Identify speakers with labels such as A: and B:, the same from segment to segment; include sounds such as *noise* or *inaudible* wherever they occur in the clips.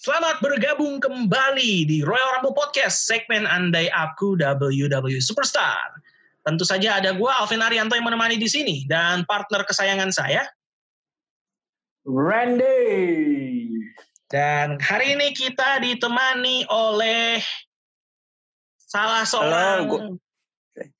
A: Selamat bergabung kembali di Royal Rumble Podcast, segmen Andai Aku WW Superstar. Tentu saja ada gue, Alvin Arianto yang menemani di sini, dan partner kesayangan saya.
B: Randy.
A: Dan hari ini kita ditemani oleh salah seorang
C: Halo,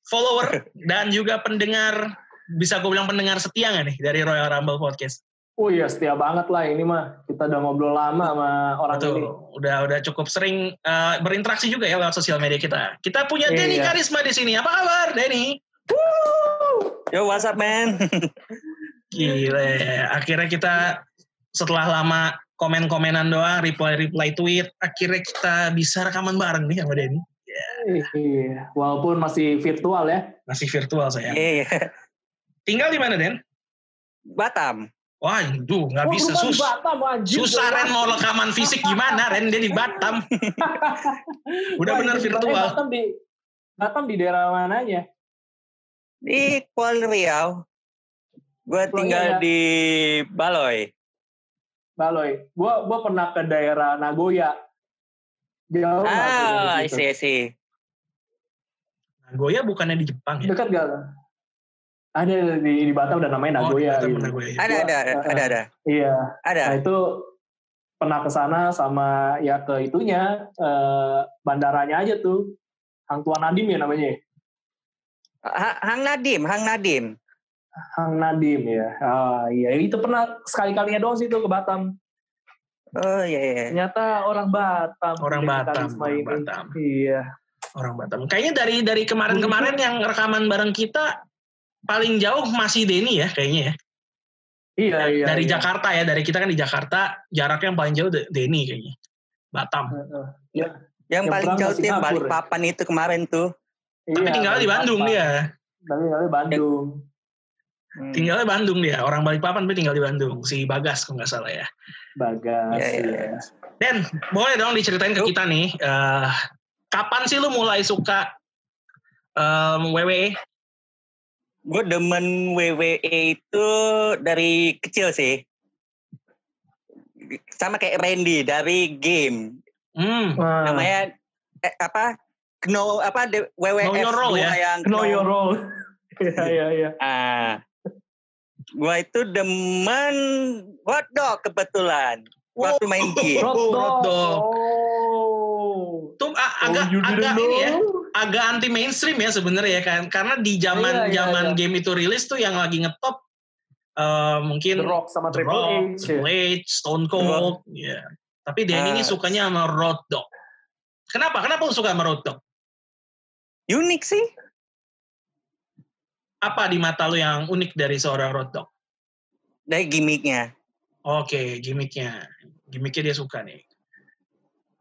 A: follower dan juga pendengar, bisa gue bilang pendengar setia nggak nih dari Royal Rumble Podcast?
B: Oh iya setia banget lah ini mah. Kita udah ngobrol lama sama orang ini.
A: Betul, udah udah cukup sering eh, berinteraksi juga ya lewat sosial media kita. Kita punya Denny
B: Iya.
A: Karisma di sini. Apa kabar, Denny?
C: Yo, what's up, man?
A: Gile, akhirnya kita setelah lama komen-komenan doang, reply-reply tweet, akhirnya kita bisa rekaman bareng nih sama Denny.
B: Iya, walaupun masih virtual ya.
A: Masih virtual saya.
C: *laughs* Iya,
A: Tinggal di mana, Den?
C: Batam.
A: Wah, itu nggak
B: Wah,
A: bisa
B: lu kan di
A: sus.
B: Batam, anjir.
A: Susah Ren mau rekaman fisik gimana Ren dia di
B: *laughs*
A: Batam. Udah
B: Wah,
A: bener
B: itu sebenarnya
A: virtual.
B: Eh, Batam di Batam di daerah mananya?
C: Di Kuala Riau. Gue
B: Kuala
C: tinggal
B: Riau.
C: di Baloi.
B: Baloi. Gua gua pernah ke daerah Nagoya. Jauh nggak tuh
C: Ah,
B: dari
C: I
B: Oh, situ?
C: see, I see.
A: Nagoya bukannya di Jepang ya?
B: Dekat gak? Ada di, di Batam udah namanya
A: Oh, di
B: Nagoya.
A: Batam,
B: gitu.
A: Nagoya.
C: Ada, ada, ada, ada.
B: Iya.
C: Ada.
B: Nah itu pernah ke sana sama ya ke itunya eh, bandaranya aja tuh. Hang Tuan Nadim ya namanya. ya?
C: Ha- Hang Nadim, Hang Nadim.
B: Hang Nadim ya. Ah iya itu pernah sekali-kalinya doang sih tuh ke Batam.
C: Oh, iya, iya.
B: Ternyata orang Batam.
A: Orang
B: Dewi
A: Batam,
B: Karisma
A: orang
B: ini.
A: Batam,
B: Iya.
A: orang Batam. Kayaknya dari dari kemarin-kemarin yang rekaman bareng kita paling jauh masih Denny ya kayaknya ya.
B: Iya, iya.
A: dari
B: iya.
A: Jakarta ya dari kita kan di Jakarta jaraknya yang paling jauh De- Denny kayaknya Batam
B: Heeh.
C: Yang
B: Yang
C: paling
B: perang
C: jauh
B: masih
C: tim
B: kabur,
C: balik
B: ya?
C: papan itu kemarin tuh.
A: tapi
B: Iya,
A: tinggalnya di
B: dari
A: Bandung
B: Batam. Hmm.
A: dia
B: Tapi tinggalnya di Bandung.
C: Hmm.
A: tinggalnya Bandung dia orang Balikpapan tapi tinggal di Bandung si Bagas kalau nggak salah ya
B: Bagas.
C: Iya, iya,
B: iya.
A: Dan boleh dong diceritain ke kita nih eh, kapan sih lu mulai suka em, E? WWE
C: Gue demen WWE itu dari kecil sih. Sama kayak Randy dari game.
A: hmm
B: Wah,
C: namanya eh, apa Kno apa de, WWF
A: Know your role,
C: gua
A: ya?
C: yang
B: Know
C: Kno-
B: your role. Iya, iya, iya.
C: ah gua itu demen hotdog kebetulan waktu main game
A: Wow. Hotdog.
B: Hotdog. Oh.
A: itu a-
B: Oh,
A: agak
B: you didn't
A: agak ini ya
B: know.
A: agak anti mainstream ya sebenarnya ya kan karena di
B: Iya,
A: zaman
B: iya,
A: zaman
B: iya.
A: game itu rilis tuh yang lagi ngetop eh, mungkin
B: The Rock sama
A: The
B: Triple
A: Rock,
B: H. ya.
A: Triple H, Stone Cold, ya. Tapi Denny ini
C: Ah.
A: sukanya sama Road Dogg. Kenapa? Kenapa lu suka sama Road Dogg?
C: unik sih
A: Apa di mata lu yang unik dari seorang Road Dogg?
C: dari gimmicknya
A: Oke, gimmicknya. Gimmicknya dia suka nih.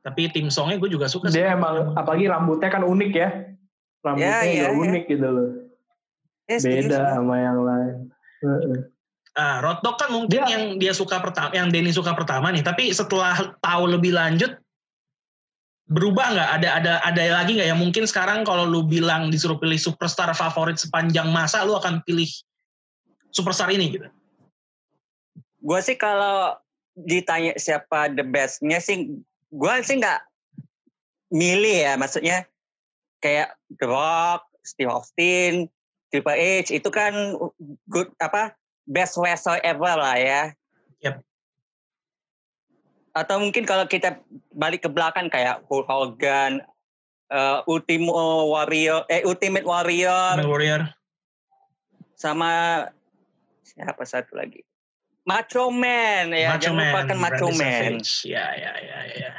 A: Tapi tim songnya gue juga suka. sih.
B: Dia emang apalagi rambutnya kan unik ya. Rambutnya
C: Ya,
B: juga
C: ya, ya.
B: unik gitu loh.
C: Ya, setuju
B: Beda
C: sih.
B: sama yang lain. Heeh.
A: Ah, Road Dogg kan mungkin
B: Dia-
A: yang dia suka pertama, yang Denny suka pertama nih. Tapi setelah tahu lebih lanjut, berubah nggak? Ada ada ada lagi nggak yang mungkin sekarang kalau lu bilang disuruh pilih superstar favorit sepanjang masa, lu akan pilih superstar ini gitu?
C: gua sih kalau ditanya siapa the bestnya sih gua sih nggak milih ya maksudnya kayak The Rock, Steve Austin, Triple H itu kan good apa best wrestler ever lah ya.
A: Yep.
C: Atau mungkin kalau kita balik ke belakang kayak Hulk Hogan, eh, Ultimo Warrior, eh Ultimate Warrior,
A: Ultimate Warrior.
C: sama siapa satu lagi? Macho Man ya,
A: Macho
C: jangan
A: Man,
C: lupakan Macho
A: Randy
C: Man.
A: Savage. Ya, ya, ya, ya.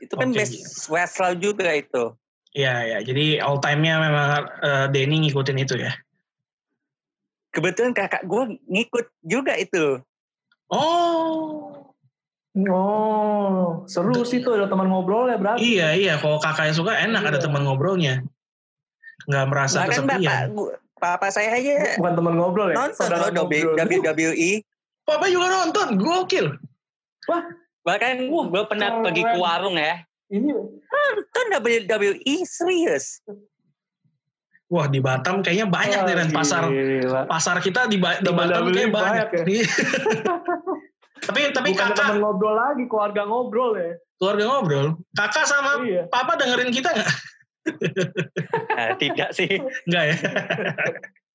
C: Itu kan
A: Oke,
C: best wrestler juga itu.
A: Ya, ya. Jadi all time-nya memang eh, Denny ngikutin itu ya.
C: Kebetulan kakak gue ngikut juga itu.
A: Oh.
B: Oh, seru
A: Betul.
B: sih tuh ada teman ngobrol ya berarti.
A: Iya, iya. Kalau kakaknya suka enak ada
B: Iya.
A: teman ngobrolnya. Nggak merasa
C: Bahkan bapak,
A: kesepian.
C: gua- papa saya aja
A: Iya.
B: Bukan teman ngobrol ya.
C: nonton
B: saudara
C: loh W- E.
B: ngobrol.
C: WWE.
A: Papa juga nonton, gokil.
C: Bahkan
B: Wah,
C: gue pernah
B: keren.
C: pergi ke warung ya.
B: Ini
C: Nonton WWE serius.
A: Wah, di Batam kayaknya banyak nih Ren
B: Wah,
C: Iya.
A: pasar.
B: gila.
A: Pasar kita di, Ba- di
B: Teman
C: ya.
A: Batam
C: *laughs*
B: WWE
A: kayak banyak.
B: banyak ya.
A: Tapi tapi
B: Bukan
A: kakak
B: teman ngobrol lagi, keluarga ngobrol ya.
A: keluarga ngobrol. Kakak sama
B: Iya.
A: papa dengerin kita nggak? *laughs*
C: Eh, tidak sih.
A: Nggak ya? *laughs*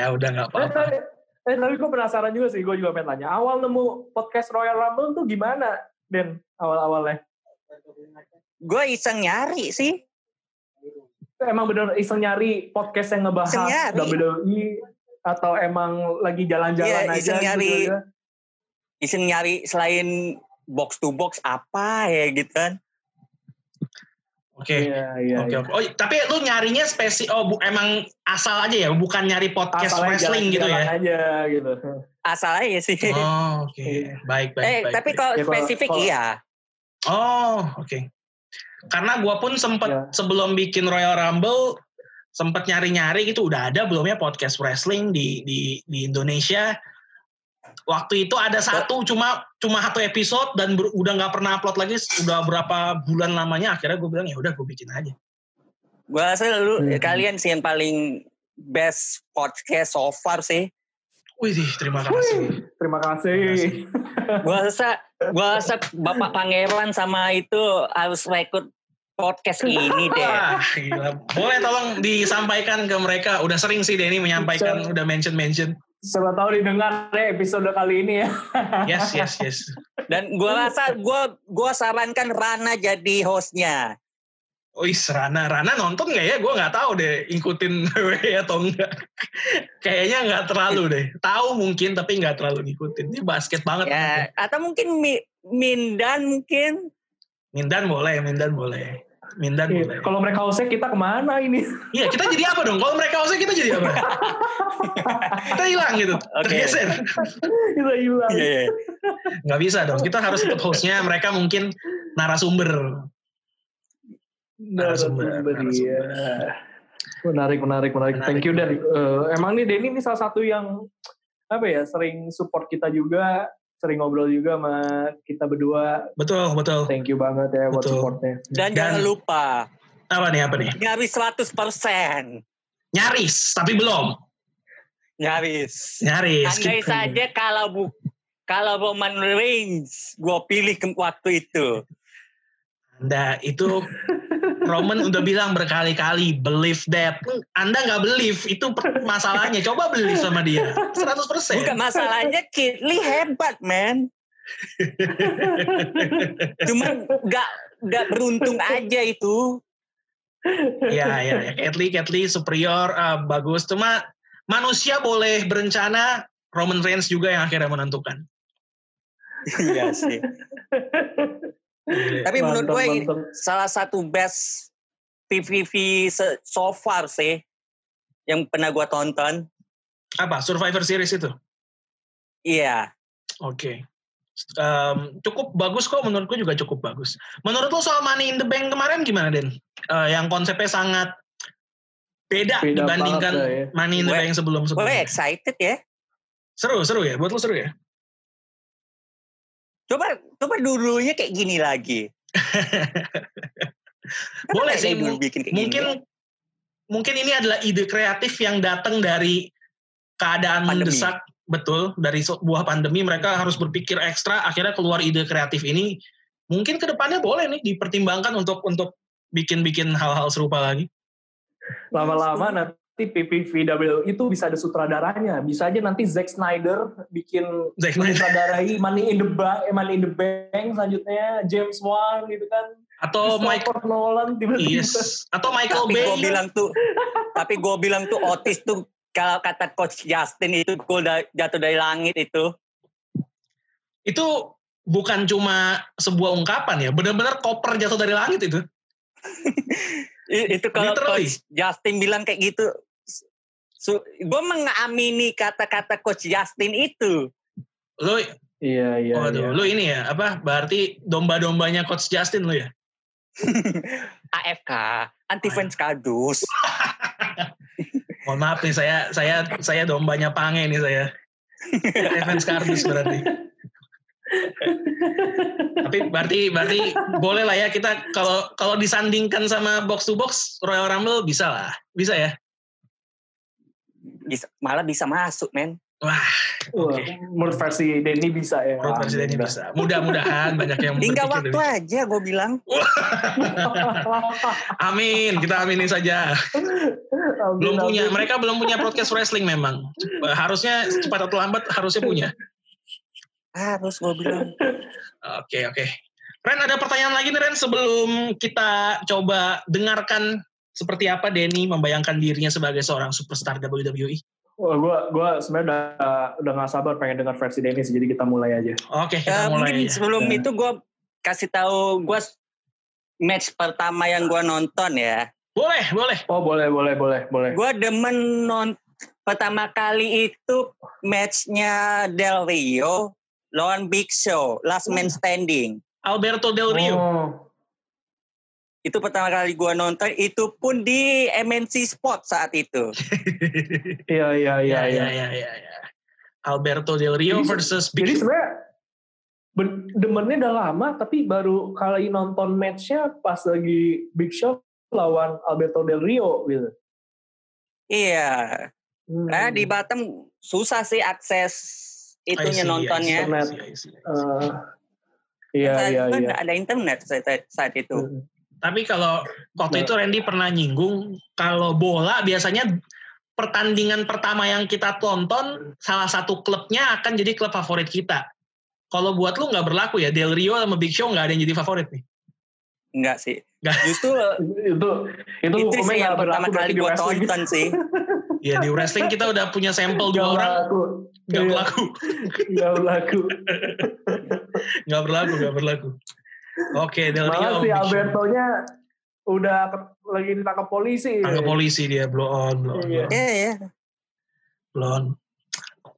A: ya udah nggak
B: Eh,
A: apa-apa.
B: tapi- eh, tapi gue penasaran juga sih, gue juga pengen tanya. Awal nemu podcast Royal Rumble tuh gimana, Den? Awal-awalnya.
C: Gue iseng nyari sih.
B: Emang bener iseng nyari podcast yang ngebahas
C: Iseng nyari.
B: WWE atau emang lagi jalan-jalan
C: Iya,
B: aja
C: iseng
B: gitu
C: nyari.
B: ya?
C: Iseng nyari selain box to box apa ya gitu kan.
A: Oke.
B: Iya, iya.
A: Oke,
B: iya.
A: oke. Oh, tapi lu nyarinya spesi oh bu, emang asal aja ya, bukan nyari podcast
B: Asalnya
A: wrestling gitu
B: jalan-jalan
A: ya.
B: aja gitu.
C: Asal aja sih.
A: Oh, oke.
B: Iya.
A: Baik, baik,
C: eh,
A: baik.
C: tapi
A: baik.
C: kalau
B: Ya, kalau-
C: spesifik
B: kalau-
C: iya.
A: Oh, oke. Karena gua pun sempet
B: Iya.
A: sebelum bikin Royal Rumble sempet nyari-nyari gitu udah ada belum ya podcast wrestling di di di Indonesia. Waktu itu ada satu cuma cuma satu episode dan ber- udah nggak pernah upload lagi udah berapa bulan lamanya akhirnya gue bilang ya udah gue bikin aja.
C: Gue rasa lu
B: Hmm.
C: kalian sih yang paling best podcast so far sih.
A: Wih, terima kasih.
B: Terima
A: Terima kasih.
B: kasih.
C: Gua rasa gua rasa Bapak Pangeran sama itu harus rekrut podcast ini deh.
A: Wah, gila. Boleh tolong disampaikan ke mereka. Udah sering sih Denny menyampaikan,
B: Bisa.
A: udah mention-mention.
B: Siapa tahu didengar ya episode kali ini ya.
A: Yes, yes, yes.
C: Dan gua rasa gua gua sarankan Rana jadi hostnya.
A: Wih, Oh, Rana. Rana nonton nggak ya? Gue nggak tahu deh, ikutin *laughs* WWE atau enggak. Kayaknya nggak terlalu deh. Tahu mungkin, tapi nggak terlalu ngikutin. Ini basket banget.
C: Ya, atau mungkin Mi- Mindan mungkin.
A: Mindan boleh, Mindan boleh. Mindan
B: Iya,
A: boleh.
B: Kalau mereka usah kita kemana ini? *laughs*
A: Iya, kita jadi apa dong? Kalau mereka usah, kita jadi apa? kita hilang gitu,
C: Oke.
A: tergeser.
B: Kita hilang.
C: Iya, iya.
A: Nggak bisa dong, kita harus tetap hostnya. Mereka mungkin narasumber. Narasumber,
B: Narasumber,
A: narasumber.
B: iya. Menarik, menarik, menarik.
A: Menarik.
B: Thank you Dan. Eh, emang nih Denny ini salah satu yang apa ya sering support kita juga, sering ngobrol juga sama kita berdua.
A: Betul, betul.
B: Thank you banget ya buat
A: Betul.
B: supportnya.
C: Dan,
A: Dan-
C: jangan lupa
A: Apa nih, apa nih?
C: nyaris 100%.
A: Nyaris, tapi belum.
C: Nyaris.
A: Nyaris.
C: Andai
A: gitu.
C: saja kalau bu kalau Roman Reigns gua pilih ke waktu itu.
A: Anda itu Roman udah bilang berkali-kali believe that. Anda nggak believe itu per- masalahnya. Coba believe sama dia. 100%.
C: Bukan masalahnya Kid Lee hebat, man.
A: *laughs*
C: Cuman gak, gak beruntung aja itu.
A: Iya, iya, ya. Catly, Catly superior, eh, bagus. Cuma manusia boleh berencana, Roman Reigns juga yang akhirnya menentukan.
C: Iya sih. Tapi menurut
B: Mantap,
C: gue ini
B: mantap.
C: salah satu best PVV se- so far sih yang pernah gue tonton.
A: Apa? Survivor Series itu?
C: Iya.
A: Oke. Em, cukup bagus kok menurutku juga cukup bagus. Menurut lo soal Money in the Bank kemarin gimana Den? Eh, yang konsepnya sangat beda,
B: Beda
A: dibandingkan
B: banget dah ya.
A: Money in the
C: Gue-
A: Bank sebelum
C: Gue
A: sebelumnya.
C: excited ya.
A: Seru seru ya, buat lo seru ya.
C: Coba coba dulunya kayak gini lagi. Kenapa
A: Boleh
C: ya
A: sih,
C: dulu
A: mu-
C: bikin kayak
A: Mungkin
C: gini?
A: mungkin ini adalah ide kreatif yang datang dari keadaan
C: Pandemi.
A: mendesak betul dari sebuah pandemi mereka harus berpikir ekstra akhirnya keluar ide kreatif ini mungkin kedepannya boleh nih dipertimbangkan untuk untuk bikin-bikin hal-hal serupa lagi.
B: lama-lama nanti PPVW itu bisa ada sutradaranya. Bisa aja nanti Zack Snyder bikin
A: Zack Snyder. *laughs*
B: menyutradarai Money in the Bank, eh, Money in the Bank selanjutnya James Wan gitu kan.
A: atau Oh, Mike
B: Christopher Nolan tiba-tiba.
A: Yes. Atau Michael
C: Tapi
A: Bay.
C: gue bilang tuh, tapi gue bilang tuh Otis tuh kalau kata Coach Justin itu gue jatuh dari langit itu.
A: Itu bukan cuma sebuah ungkapan ya. Benar-benar koper jatuh dari langit itu.
C: I- itu kalau
A: Literally.
C: coach Justin bilang kayak gitu gue mengamini kata-kata coach Justin itu
A: Lu,
B: Iya, iya.
A: waduh,
B: iya.
A: lu ini ya, apa, berarti domba-dombanya Coach Justin lu ya?
C: AFK anti
A: Oh, iya.
C: fans kardus
A: Mohon maaf nih, saya saya saya dombanya Pange nih saya.
C: *laughs*
A: Evans Kardus berarti. Tapi berarti berarti boleh lah ya kita kalau kalau disandingkan sama box to box Royal Rumble bisa lah, bisa ya.
C: Bisa- malah bisa masuk men
A: Wah,
B: Wah,
A: Oke.
B: Menurut versi Denny bisa ya.
A: menurut presiden ini bisa. Mudah-mudahan banyak yang
C: Hingga
A: berpikir
C: waktu aja gue bilang.
A: demikian. Amin, kita aminin saja. *laughs* Belum punya, mereka belum punya podcast wrestling memang. Cep- Harusnya cepat atau lambat harusnya punya.
C: Harus gue bilang.
A: Oke, oke. Ren, ada pertanyaan lagi nih Ren sebelum kita coba dengarkan seperti apa Denny membayangkan dirinya sebagai seorang superstar E? WWE.
B: Wah, gue gue sebenarnya udah udah nggak sabar pengen dengar versi Denny sih, jadi kita mulai aja.
A: Oke, *laughs*
C: Eh,
A: kita mulai
C: mungkin
A: aja. Iya.
C: sebelum
B: Ya.
C: itu gue kasih tahu gue match pertama yang gue nonton ya.
A: Boleh, boleh.
B: Oh boleh boleh boleh boleh.
C: Gue demen non pertama kali itu matchnya Del Rio lawan Big Show Last Man Standing.
A: Alberto Del Rio.
B: Oh,
C: Itu pertama kali gue nonton itu pun di MNC Sport saat itu.
B: iya iya iya.
A: Iya,
B: iya.
A: iya, iya, iya. iya. Alberto Del Rio
B: Jadi-
A: versus
B: Jadi
A: Big Show.
B: sebenarnya ben- demennya udah lama, tapi baru kali nonton matchnya pas lagi Big Show lawan Alberto Del Rio gitu.
C: Iya.
B: Hmm.
C: Nah, di Batam susah sih akses itunya
A: I see,
C: nontonnya.
A: I see, I see, I see, I see.
B: Eh, Iya iya
C: Saat itu
B: iya. Hmm.
C: nggak ada internet saat, saat itu.
A: Tapi kalau waktu itu Randy pernah nyinggung kalau bola biasanya pertandingan pertama yang kita tonton salah satu klubnya akan jadi klub favorit kita. Kalau buat lu nggak berlaku ya Del Rio sama Big Show nggak ada yang jadi favorit nih.
C: Enggak Hmm. sih.
A: Nggak.
C: Justru
B: Itu itu
C: itu
B: hukumnya
C: sih yang
B: nggak berlaku
C: pertama kali
B: berarti di
C: gue
B: wrestling.
C: tonton sih.
A: Ya di wrestling kita udah punya sampel
B: Nggak
A: dua orang
B: berlaku.
A: nggak
B: Iya,
A: berlaku,
B: nggak berlaku.
C: *laughs*
A: nggak berlaku, nggak berlaku. Oke, Del Rio
B: Malah
A: sama
B: si
A: Big Show.
B: Alberto-nya udah ke- lagi ditangkap polisi.
A: Tangkap polisi dia blow on, blow on,
B: Iya.
A: blow on,
C: Iya, iya.
A: blow on.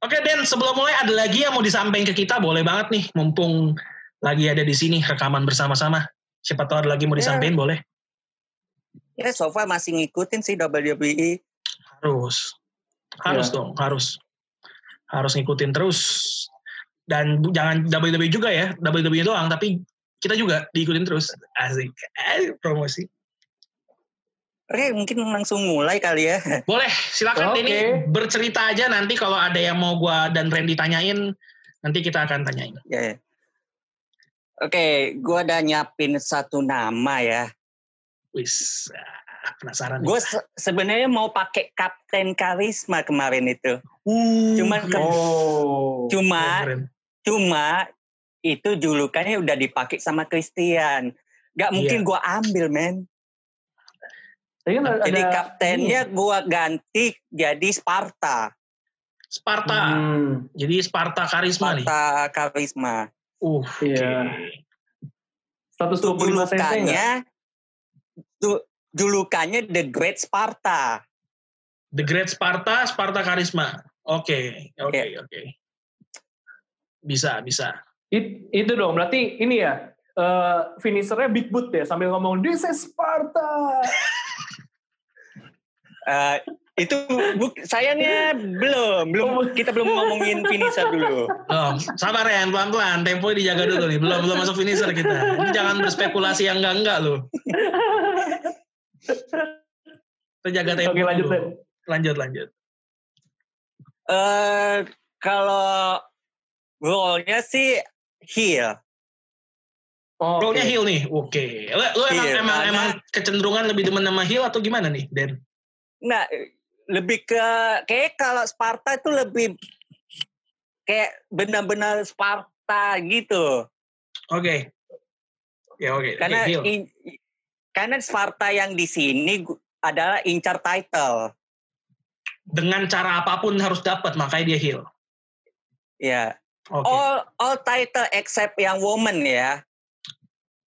A: Oke Den, sebelum mulai ada lagi yang mau disampaikan ke kita, boleh banget nih, mumpung lagi ada di sini rekaman bersama-sama. Siapa tahu ada lagi mau
C: Iya.
A: disampaikan, boleh.
C: Ya, so far masih ngikutin sih E. WWE.
A: Harus, harus
B: Iya.
A: dong, harus, harus ngikutin terus. Dan bu- jangan WWE juga ya, WWE doang, tapi kita juga diikutin terus. Asik, Eh, promosi.
C: Oke, mungkin langsung mulai kali ya.
A: Boleh, silakan
B: Oke.
A: Denny bercerita aja nanti kalau ada yang mau gua dan Randy tanyain, nanti kita akan tanyain.
C: Ya, ya. Oke, gue udah nyiapin satu nama ya.
A: Wis, ah, penasaran. nih.
C: Gue sebenarnya mau pakai Kapten Karisma kemarin itu.
A: Uh,
C: Cuman
A: keren,
C: kan-
B: Oh.
C: Cuma,
A: keren.
C: cuma itu julukannya udah dipakai sama Christian. Gak
A: Iya.
C: mungkin gue ambil, men.
B: Tapi kan ada-
C: Jadi kaptennya gue ganti jadi Sparta.
A: Sparta.
B: Hmm,
A: Jadi Sparta karisma nih.
C: Sparta Karisma.
A: Uh,
B: Iya.
C: Itu
B: 125 cc nggak?
C: julukannya tu- julukannya The Great Sparta.
A: The Great Sparta, Sparta karisma. Oke, oke,
C: Iya.
A: oke. Bisa, bisa.
B: It- itu dong, berarti ini ya, eh finishernya Big Boot ya, sambil ngomong, this is Sparta.
C: Eh, itu bu- sayangnya belum, belum kita belum ngomongin finisher dulu.
A: Oh, sabar ya, pelan-pelan. Tempo dijaga dulu nih. Belum, belum masuk finisher kita. Ini jangan berspekulasi yang enggak-enggak loh. Kita jaga tempo.
B: Oke lanjut
A: dulu.
B: deh.
A: Lanjut, lanjut.
C: Eh kalau role-nya sih heel.
B: Oh,
A: Role-nya
B: oke.
A: heel nih. Oke. Lo, lo emang,
C: Heel,
A: emang,
C: karena-
A: emang kecenderungan lebih demen sama heel atau gimana nih, Den?
C: Nah, lebih ke kayak kalau Sparta itu lebih kayak benar-benar Sparta gitu.
A: Oke. Ya oke. Oke,
C: Karena
A: heel.
C: in- karena Sparta yang di sini gu- adalah incar title.
A: dengan cara apapun harus dapat makanya dia heal.
C: Ya.
A: Oke.
C: All all title except yang woman ya.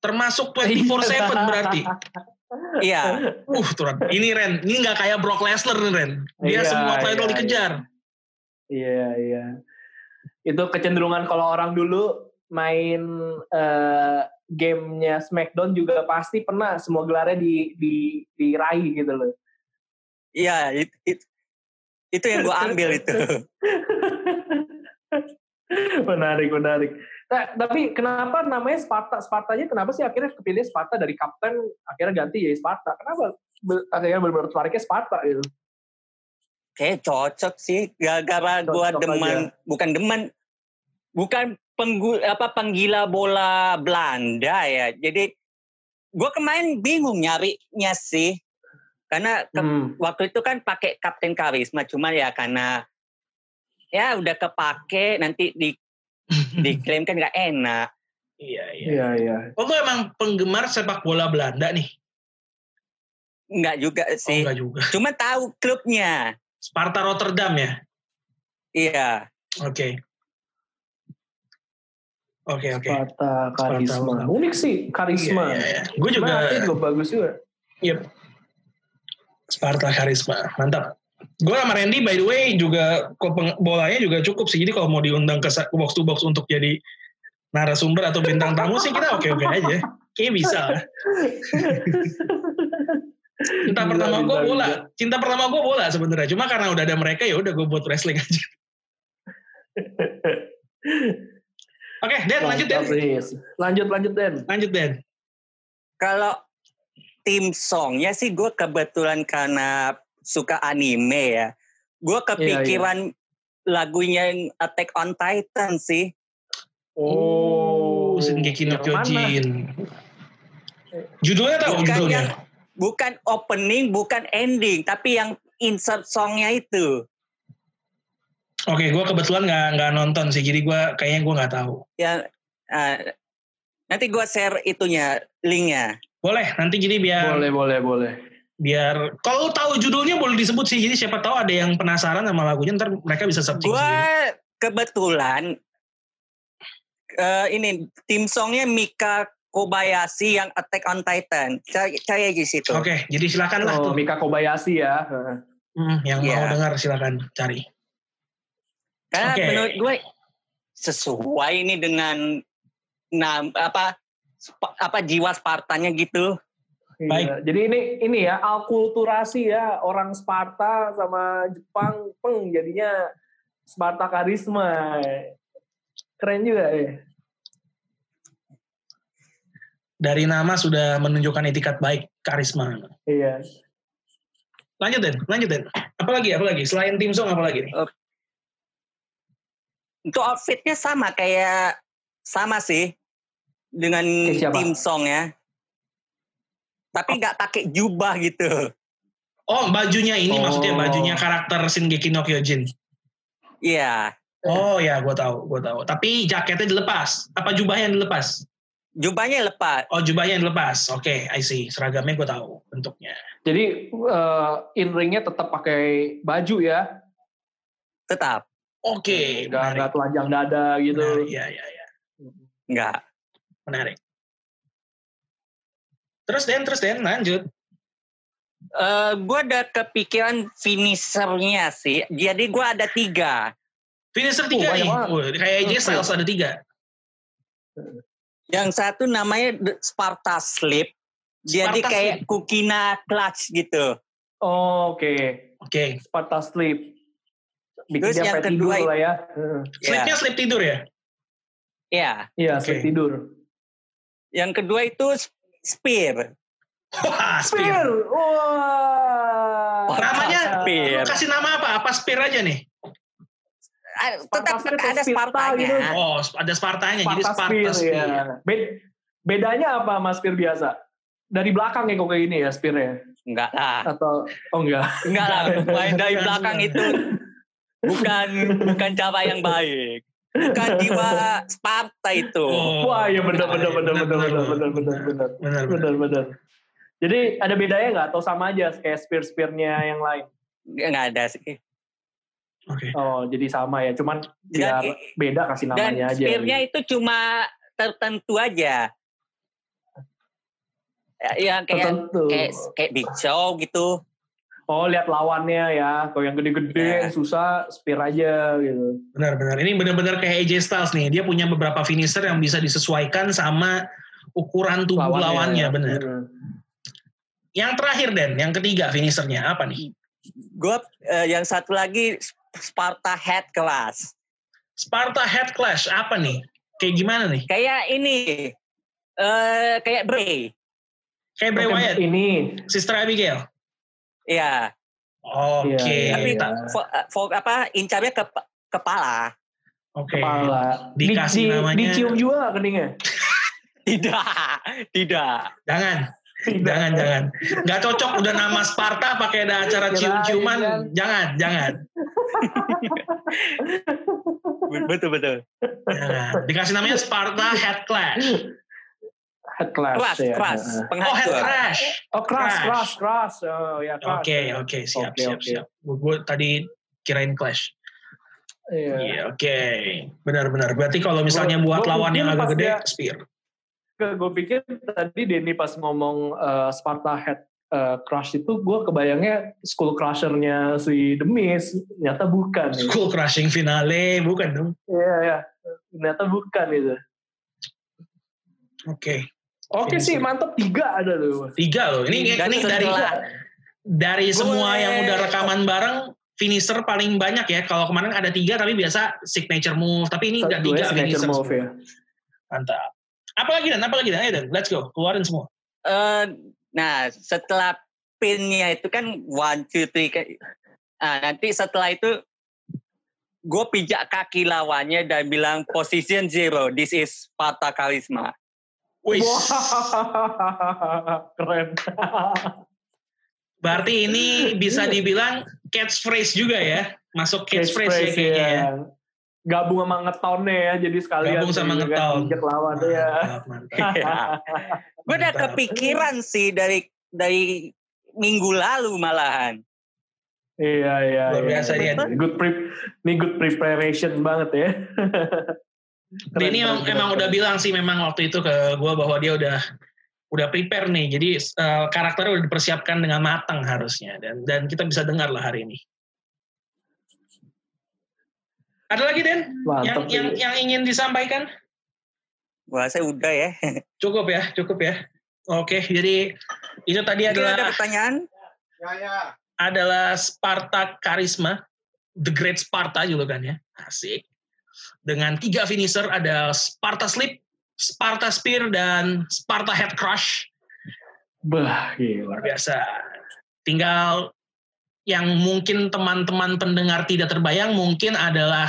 A: Termasuk 24/7 berarti.
C: Iya.
A: Uh, Turan. Ini Ren, ini nggak kayak Brock Lesnar nih Ren. Dia
B: Iya,
A: semua title
B: iya,
A: dikejar.
B: Iya, iya. Itu kecenderungan kalau orang dulu main eh gamenya Smackdown juga pasti pernah semua gelarnya di, di, diraih gitu loh.
C: Iya, it- it- itu yang gua ambil itu.
B: *laughs* menarik, menarik. Nah, tapi kenapa namanya Sparta? Spartanya kenapa sih akhirnya kepilih Sparta dari kapten akhirnya ganti jadi Sparta? Kenapa be- akhirnya benar-benar tariknya Sparta gitu?
C: kayak cocok sih gara-gara gua
B: Cocok
C: demen bukan demen bukan penggu, apa penggila bola Belanda ya jadi gua kemarin bingung nyarinya sih karena ke-
B: Hmm.
C: waktu itu kan pakai kapten karisma cuman ya karena ya udah kepake nanti di diklaim kan nggak enak
A: Iya, iya.
B: Iya iya.
A: Oh, lu emang penggemar sepak bola Belanda nih?
C: nggak juga
A: Oh,
C: sih
A: enggak juga.
C: cuma tahu klubnya
A: Sparta Rotterdam ya?
C: iya
A: Oke. Oke, oke.
B: Sparta karisma.
A: Sparta.
B: Unik sih
A: Iya,
B: karisma.
A: iya, iya. Gue juga
B: Nah, itu juga bagus juga.
A: Sparta Karisma. Mantap. Gue sama Randy by the way juga kok peng- bolanya juga cukup sih. Jadi kalau mau diundang ke sa- box to box untuk jadi narasumber atau bintang tamu sih kita oke-oke aja. Kayaknya bisa lah. Cinta
B: Gila,
A: pertama gue
B: bintang
A: bola. Cinta pertama gue bola sebenarnya. Cuma karena udah ada mereka ya udah gue buat wrestling aja. Oke, Dan lanjut Dan.
B: Mantap, Riz. Lanjut lanjut Den.
A: Lanjut Dan.
C: kalau tim songnya sih gue kebetulan karena suka anime ya gue kepikiran lagunya yang Attack on Titan sih
A: Oh, Shingeki no
B: yang mana?
A: Kyojin. Judulnya tahu
C: Bukan
A: judulnya?
C: yang bukan opening bukan ending tapi yang insert songnya itu
A: Oke, gua kebetulan nggak nggak nonton sih, jadi gua kayaknya gua nggak tahu.
C: ya eh, nanti gue share itunya linknya
A: Boleh, nanti jadi biar
B: Boleh boleh boleh.
A: biar kalau tahu judulnya boleh disebut sih, jadi siapa tahu ada yang penasaran sama lagunya, ntar mereka bisa searching
C: gue
A: sendiri.
C: kebetulan eh, ini tim songnya Mika Kobayashi yang Attack on Titan cari cari aja di situ
A: Oke, jadi silakan lah tuh.
B: Oh, Mika Kobayashi ya. Heeh.
A: Hmm, yang
C: Iya.
A: mau dengar silakan cari.
C: Karena
A: Oke.
C: menurut gue sesuai ini dengan nam apa spa- apa jiwa Spartanya gitu.
B: Iya.
A: Baik.
B: Jadi ini ini ya alkulturasi ya orang Sparta sama Jepang peng jadinya Sparta karisma. Keren juga ya.
A: Dari nama sudah menunjukkan etikat baik, karisma.
B: Iya.
A: Lanjut Den, lanjut Den. Apalagi, apalagi? Selain tim song, apalagi? nih?
C: Itu outfitnya sama kayak sama sih dengan
B: Kayak siapa?
C: tim song ya. Tapi nggak pakai jubah gitu.
A: Oh, bajunya ini
B: Oh.
A: maksudnya bajunya karakter Shingeki no Kyojin.
C: Iya,
B: Eh.
A: Oh ya, gua tahu, gua tahu. Tapi jaketnya dilepas. Apa jubahnya yang dilepas?
C: jubahnya lepas.
A: Oh jubahnya yang lepas, oke, I see. Seragamnya gue tahu bentuknya.
B: Jadi eh, in ringnya tetap pakai baju ya.
C: Tetap
A: Oke,
B: Nggak nggak
A: menarik.
B: telanjang dada gitu.
A: Menarik, ya, ya, ya.
C: nggak.
A: menarik. Terus Den, terus Den, lanjut.
C: Eh gue ada kepikiran finishernya sih. Jadi gue ada tiga.
A: Finisher
B: Oh,
A: tiga
B: banyak
A: nih,
B: banget.
A: Wah, kayak AJ
B: Oke.
A: Styles ada tiga.
C: Yang satu namanya The Sparta Slip. Jadi
A: Sparta
C: kayak kukina clutch gitu.
B: Oh, Oke.
A: Oke,
B: Sparta sleep. Bikin
C: Terus
B: dia
C: yang
B: sampai
C: kedua
B: tidur
C: itu-
B: lah ya. Heeh.
A: slipnya slip tidur ya.
C: Iya.
B: Iya,
A: Oke.
B: sleep tidur.
C: Yang kedua itu sp- spear.
A: Wah, spear.
B: Wah.
A: Namanya
C: Spear.
A: Lu kasih nama apa? Apa spear aja nih?
C: Ah,
B: Sparta
C: Tetap
B: slip
C: ada
B: atau Sparta
C: Spartanya.
B: gitu?
A: Oh, ada Spartanya, jadi
B: Sparta
A: Sparta
B: Spear,
A: spear.
B: ya. Bed- bedanya apa Mas Fir biasa? Dari belakang ya kok kayak gini ya Spearnya?
C: Enggak lah.
B: Atau oh enggak?
C: Enggak lah. Main dari
A: Enggak,
C: belakang
A: enggak.
C: itu bukan bukan cara yang baik. Bukan jiwa Sparta itu.
A: Oh,
B: Wah ya bener bener
A: menarik.
B: bener bener bener bener bener bener
A: Bener, bener.
B: bener bener. Jadi ada bedanya nggak atau sama aja kayak spear spearnya yang lain?
C: Enggak ada sih.
A: Oke.
B: Oh jadi sama ya, cuman biar
C: Dan,
B: beda kasih
C: dan
B: namanya aja. gitu.
C: spearnya itu cuma tertentu aja. Ya kayak
B: Tertentu.
C: kayak, kayak Big Show gitu.
B: Oh lihat lawannya ya, kalau yang gede-gede
C: Ya.
B: susah spear aja gitu.
A: Benar-benar. Ini benar-benar kayak AJ Styles nih. Dia punya beberapa finisher yang bisa disesuaikan sama ukuran tubuh lawannya, benar.
B: Hmm.
A: Yang terakhir Dan, yang ketiga finishernya apa nih?
C: Gue eh, yang satu lagi Sparta Head Class.
A: Sparta Head Clash apa nih? Kayak gimana nih?
C: Kayak ini eh kayak Bray.
A: Kayak Bray
B: Oke,
A: Wyatt,
B: Ini
A: Sister Abigail.
C: Ya,
A: Oke.
B: Iya,
C: Tapi
B: iya.
C: ta- fo- eh, fo- apa incarnya ke kepala. *laughs*
A: Oke.
B: Kepala. Di-
A: Dikasih
B: di-
A: namanya.
B: Dicium juga nggak keningnya?
C: Tidak, tidak.
A: Jangan,
B: *laughs*
A: jangan, jangan. Nggak cocok udah nama Sparta pakai ada acara
B: Kirain,
A: cium-ciuman.
B: kan.
A: Jangan, jangan.
C: Betul betul.
A: Nah, dikasih namanya Sparta Head Clash.
B: Head class.
C: Keras,
B: ya.
C: keras,
A: Oh, Head
C: penghancur.
A: Clash.
B: Oh, keras,
A: Crash.
B: keras, keras. Oh, ya keras.
A: Oke, oke, siap,
B: Oke,
A: siap,
B: oke.
A: siap. Gue tadi kirain Clash.
B: Iya.
A: Iya, oke. Benar-benar. Berarti kalau misalnya
B: Gua-
A: buat
B: gua
A: lawan yang
B: mungkin
A: agak
B: pas
A: gede,
B: dia-
A: Spear.
B: gue pikir tadi Denny pas ngomong eh, Sparta Head eh, Crush itu gue kebayangnya school crushernya si Demis ternyata bukan ya.
A: School crushing finale, bukan dong?
B: iya iya ternyata bukan itu
A: Oke.
B: oke sih mantep tiga ada loh
A: Tiga loh. Ini
C: Dan
A: ini dari
C: setelah-
A: dari semua
C: Boleh.
A: yang udah rekaman bareng finisher paling banyak ya. Kalau kemarin ada tiga tapi biasa signature move. Tapi ini udah
B: dua
A: tiga
B: signature
A: finisher.
B: move ya
A: Mantap. Apalagi dan apalagi dan ayo dan let's go keluarin semua.
C: Eh, nah setelah pinnya itu kan one two three kayak- nah, nanti setelah itu gue pijak kaki lawannya dan bilang position zero this is Sparta Karisma
A: Wih,
B: Wah, *laughs* keren *laughs*
A: berarti ini bisa dibilang catchphrase juga ya. Masuk catchphrase, ya
B: Catchphrase,
A: kayaknya ya.
B: iya. gabung sama ngetonnya ya kan, jadi sekalian
A: Gabung sama
B: juga
A: ngeton. Ah. Iya.
B: injek lawan
A: *laughs*
B: ya
A: Mantap, mantap.
C: gue udah
A: Mantap.
C: kepikiran sih dari dari minggu lalu malahan
B: Iya iya.
A: Luar
B: iya.
A: biasa dia.
B: Good pre, ini good preparation banget
A: *laughs*
B: ya. Keren,
A: Denny emang,
B: keren,
A: emang
B: keren.
A: udah bilang sih memang waktu itu ke gue bahwa dia udah udah prepare nih. Jadi eh, karakternya udah dipersiapkan dengan matang harusnya dan dan kita bisa dengar lah hari ini. Ada lagi Den yang
B: Mantap.
A: yang
B: sih.
A: yang ingin disampaikan?
C: gue rasa udah ya
A: Cukup ya, cukup ya. Oke, jadi itu
B: Iya
A: tadi
C: mungkin ada
A: adalah
C: pertanyaan
A: adalah Sparta Karisma, The Great Sparta julukannya. Asik. Dengan tiga finisher ada Sparta Slip, Sparta Spear, dan Sparta Head Crush.
B: Bah, gila.
A: Luar biasa. Tinggal yang mungkin teman-teman pendengar tidak terbayang mungkin adalah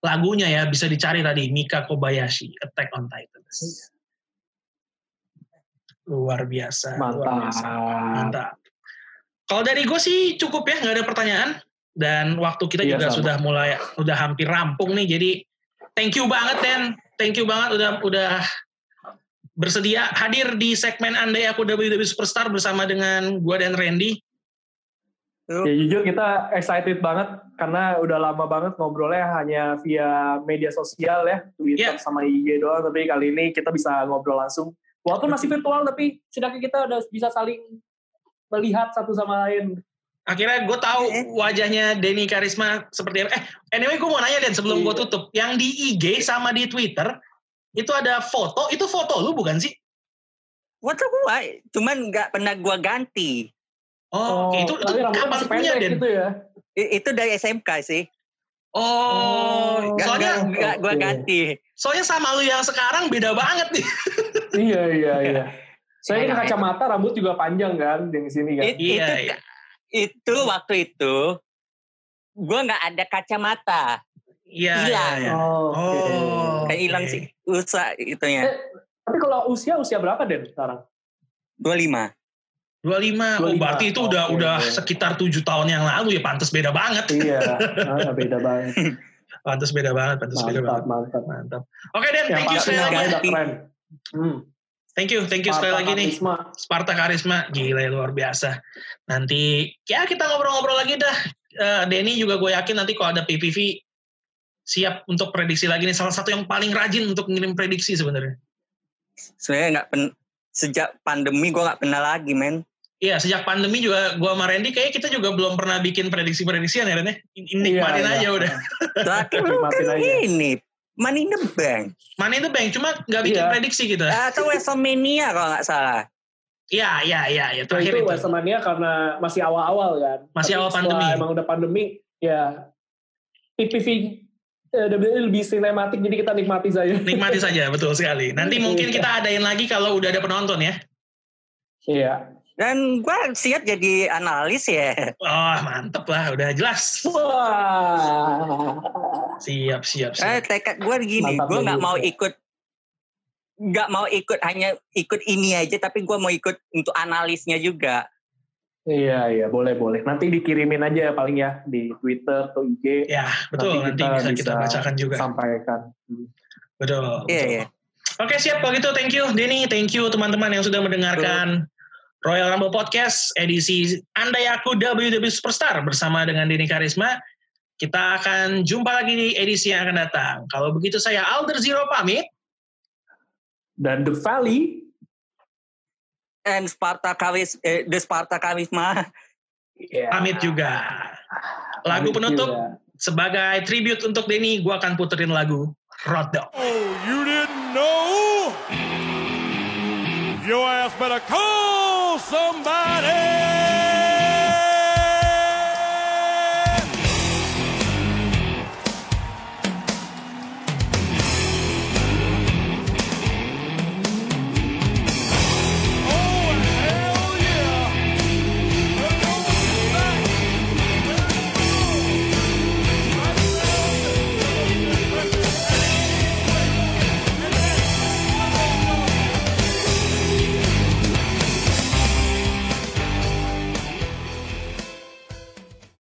A: lagunya ya bisa dicari tadi Mika Kobayashi Attack on Titans. Luar biasa. Luar biasa.
B: Mantap.
A: Mantap. Kalau dari gue sih cukup ya, nggak ada pertanyaan. Dan waktu kita
B: Iya,
A: juga
B: sama.
A: sudah mulai, udah hampir rampung nih. Jadi thank you banget Den, thank you banget udah udah bersedia hadir di segmen Andai Aku WWE Superstar bersama dengan gue dan Randy.
B: Ya jujur kita excited banget karena udah lama banget ngobrolnya hanya via media sosial ya, Twitter sama IG doang. Tapi kali ini kita bisa ngobrol langsung. Walaupun masih virtual tapi setidaknya kita udah bisa saling melihat satu sama lain.
A: Akhirnya gue tahu
C: Eh.
A: wajahnya Denny Karisma seperti apa. Eh, anyway gue mau nanya Den sebelum gue
B: Iya.
A: tutup. Yang di IG sama di Twitter, itu ada foto, itu foto lu bukan sih?
C: waktu gue cuman nggak pernah gue ganti
A: Oh, oke. itu, itu
B: tapi rambutnya
A: kapan
B: masih
A: punya
B: pendek
A: Den?
B: gitu ya.
C: I- itu dari SMK sih
A: Oh,
B: Oh.
C: Gak-
A: soalnya
C: gak- gak gue
B: Oke.
C: ganti
A: soalnya sama lu yang sekarang beda banget nih.
B: iya iya
A: *laughs*
B: iya.
C: Iya,
B: Saya ini
C: iya.
B: kacamata rambut juga panjang kan yang di sini kan.
A: Iya,
B: *laughs*
C: It- itu,
A: iya.
C: itu waktu itu gue nggak ada kacamata
A: Iya.
C: Hilang.
A: iya, iya.
B: Oh. oke.
A: Oh.
C: kayak hilang
A: Oke.
C: sih usaha itunya
B: Tapi kalau usia usia berapa Den sekarang?
C: 25
A: 25. Oh,
B: 25.
A: berarti itu udah
B: Oke,
A: udah
B: oke.
A: sekitar tujuh tahun yang lalu ya pantas beda banget.
B: iya, *laughs* ah, beda banget.
A: Pantas beda banget, pantas beda banget.
B: Mantap, mantap.
A: Mantap. Oke, Den,
B: Yang
A: thank you
B: pasti
A: sekali lagi.
B: namanya
A: ya.
B: udah keren. Hmm.
A: Thank you, thank you sekali lagi nih.
B: Karisma.
A: Sparta Karisma, gila luar biasa. Nanti ya kita ngobrol-ngobrol lagi dah. Eh Denny juga gue yakin nanti kalau ada PPV siap untuk prediksi lagi nih. Salah satu yang paling rajin untuk ngirim prediksi sebenarnya.
C: sebenarnya nggak pen- sejak pandemi gue nggak pernah lagi men
A: Iya, sejak pandemi juga gua sama Randy kayaknya kita juga belum pernah bikin prediksi-prediksian ya Ren ya. Ini Nikmatin
B: Iya,
A: aja
B: iya.
A: udah.
B: *laughs*
C: terakhir lu
B: Nikmatin
C: kan
B: aja.
C: ini Money in the Bank
A: Money in the bank cuma nggak bikin
B: Iya.
A: prediksi kita.
C: atau WrestleMania kalau nggak salah
A: Iya, iya, iya, ya,
B: Nah,
A: terakhir
B: itu
A: itu.
B: Wrestlemania karena masih awal-awal kan.
A: Masih awal
B: setelah
A: pandemi.
B: Emang udah pandemi, ya PPV eh, WWE lebih sinematik jadi kita nikmati saja.
A: Nikmati saja, betul sekali. Nanti mungkin
B: Iya.
A: kita adain lagi kalau udah ada penonton ya.
B: Iya.
C: Dan gue siap jadi analis ya.
A: Oh, mantep lah, udah jelas.
B: Wah.
A: Siap, siap,
C: Eh,
A: siap.
C: tekad gue gini,
B: Mantap
C: gue
B: ya,
C: nggak
B: gitu.
C: mau ikut nggak mau ikut hanya ikut ini aja tapi gue mau ikut untuk analisnya juga
B: Iya iya boleh boleh. Nanti dikirimin aja paling ya di Twitter atau IG
A: Ya, betul.
B: Nanti
A: Nanti, bisa kita
B: kita bisa
A: bacakan juga.
B: sampaikan.
A: Betul.
C: Iya,
A: betul.
C: iya.
A: Oke, siap. Kalau gitu, thank you, Denny. Thank you, teman-teman yang sudah mendengarkan Royal Rumble Podcast edisi Andai Aku WWE Superstar bersama dengan Denny Karisma. Kita akan jumpa lagi di edisi yang akan datang. Kalau begitu, saya Alder Zero pamit.
B: Dan The Valley
C: and Sparta Karis eh, the Sparta Karisma
B: iya.
A: Pamit juga. Lagu
B: Pamit
A: penutup
B: juga.
A: sebagai tribute untuk Denny, gua akan puterin lagu Road Dog.
D: Oh, you didn't know? Your ass better call somebody.